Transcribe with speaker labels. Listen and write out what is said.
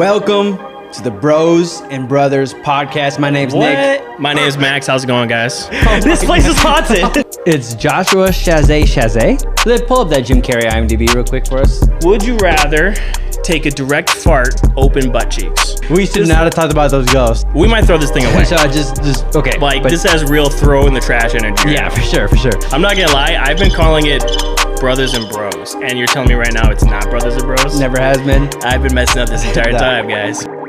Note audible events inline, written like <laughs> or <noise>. Speaker 1: Welcome to the Bros and Brothers podcast. My name's Nick.
Speaker 2: My name's Max. How's it going, guys?
Speaker 3: This place is haunted.
Speaker 1: It's Joshua Chazé Chazé. Let pull up that Jim Carrey IMDb real quick for us.
Speaker 2: <laughs> Would you rather take a direct fart, open butt cheeks?
Speaker 1: We should not have talked about those ghosts.
Speaker 2: We might throw this
Speaker 1: <laughs>
Speaker 2: thing away.
Speaker 1: So I just, just okay.
Speaker 2: Like
Speaker 1: but-
Speaker 2: this has real throw in the trash energy.
Speaker 1: Yeah, for sure, for sure.
Speaker 2: I'm not gonna lie. I've been calling it brothers and bros, and you're telling me right now it's not brothers and bros.
Speaker 1: Never has been. <laughs>
Speaker 2: I've been messing up this entire
Speaker 1: No.
Speaker 2: time, guys.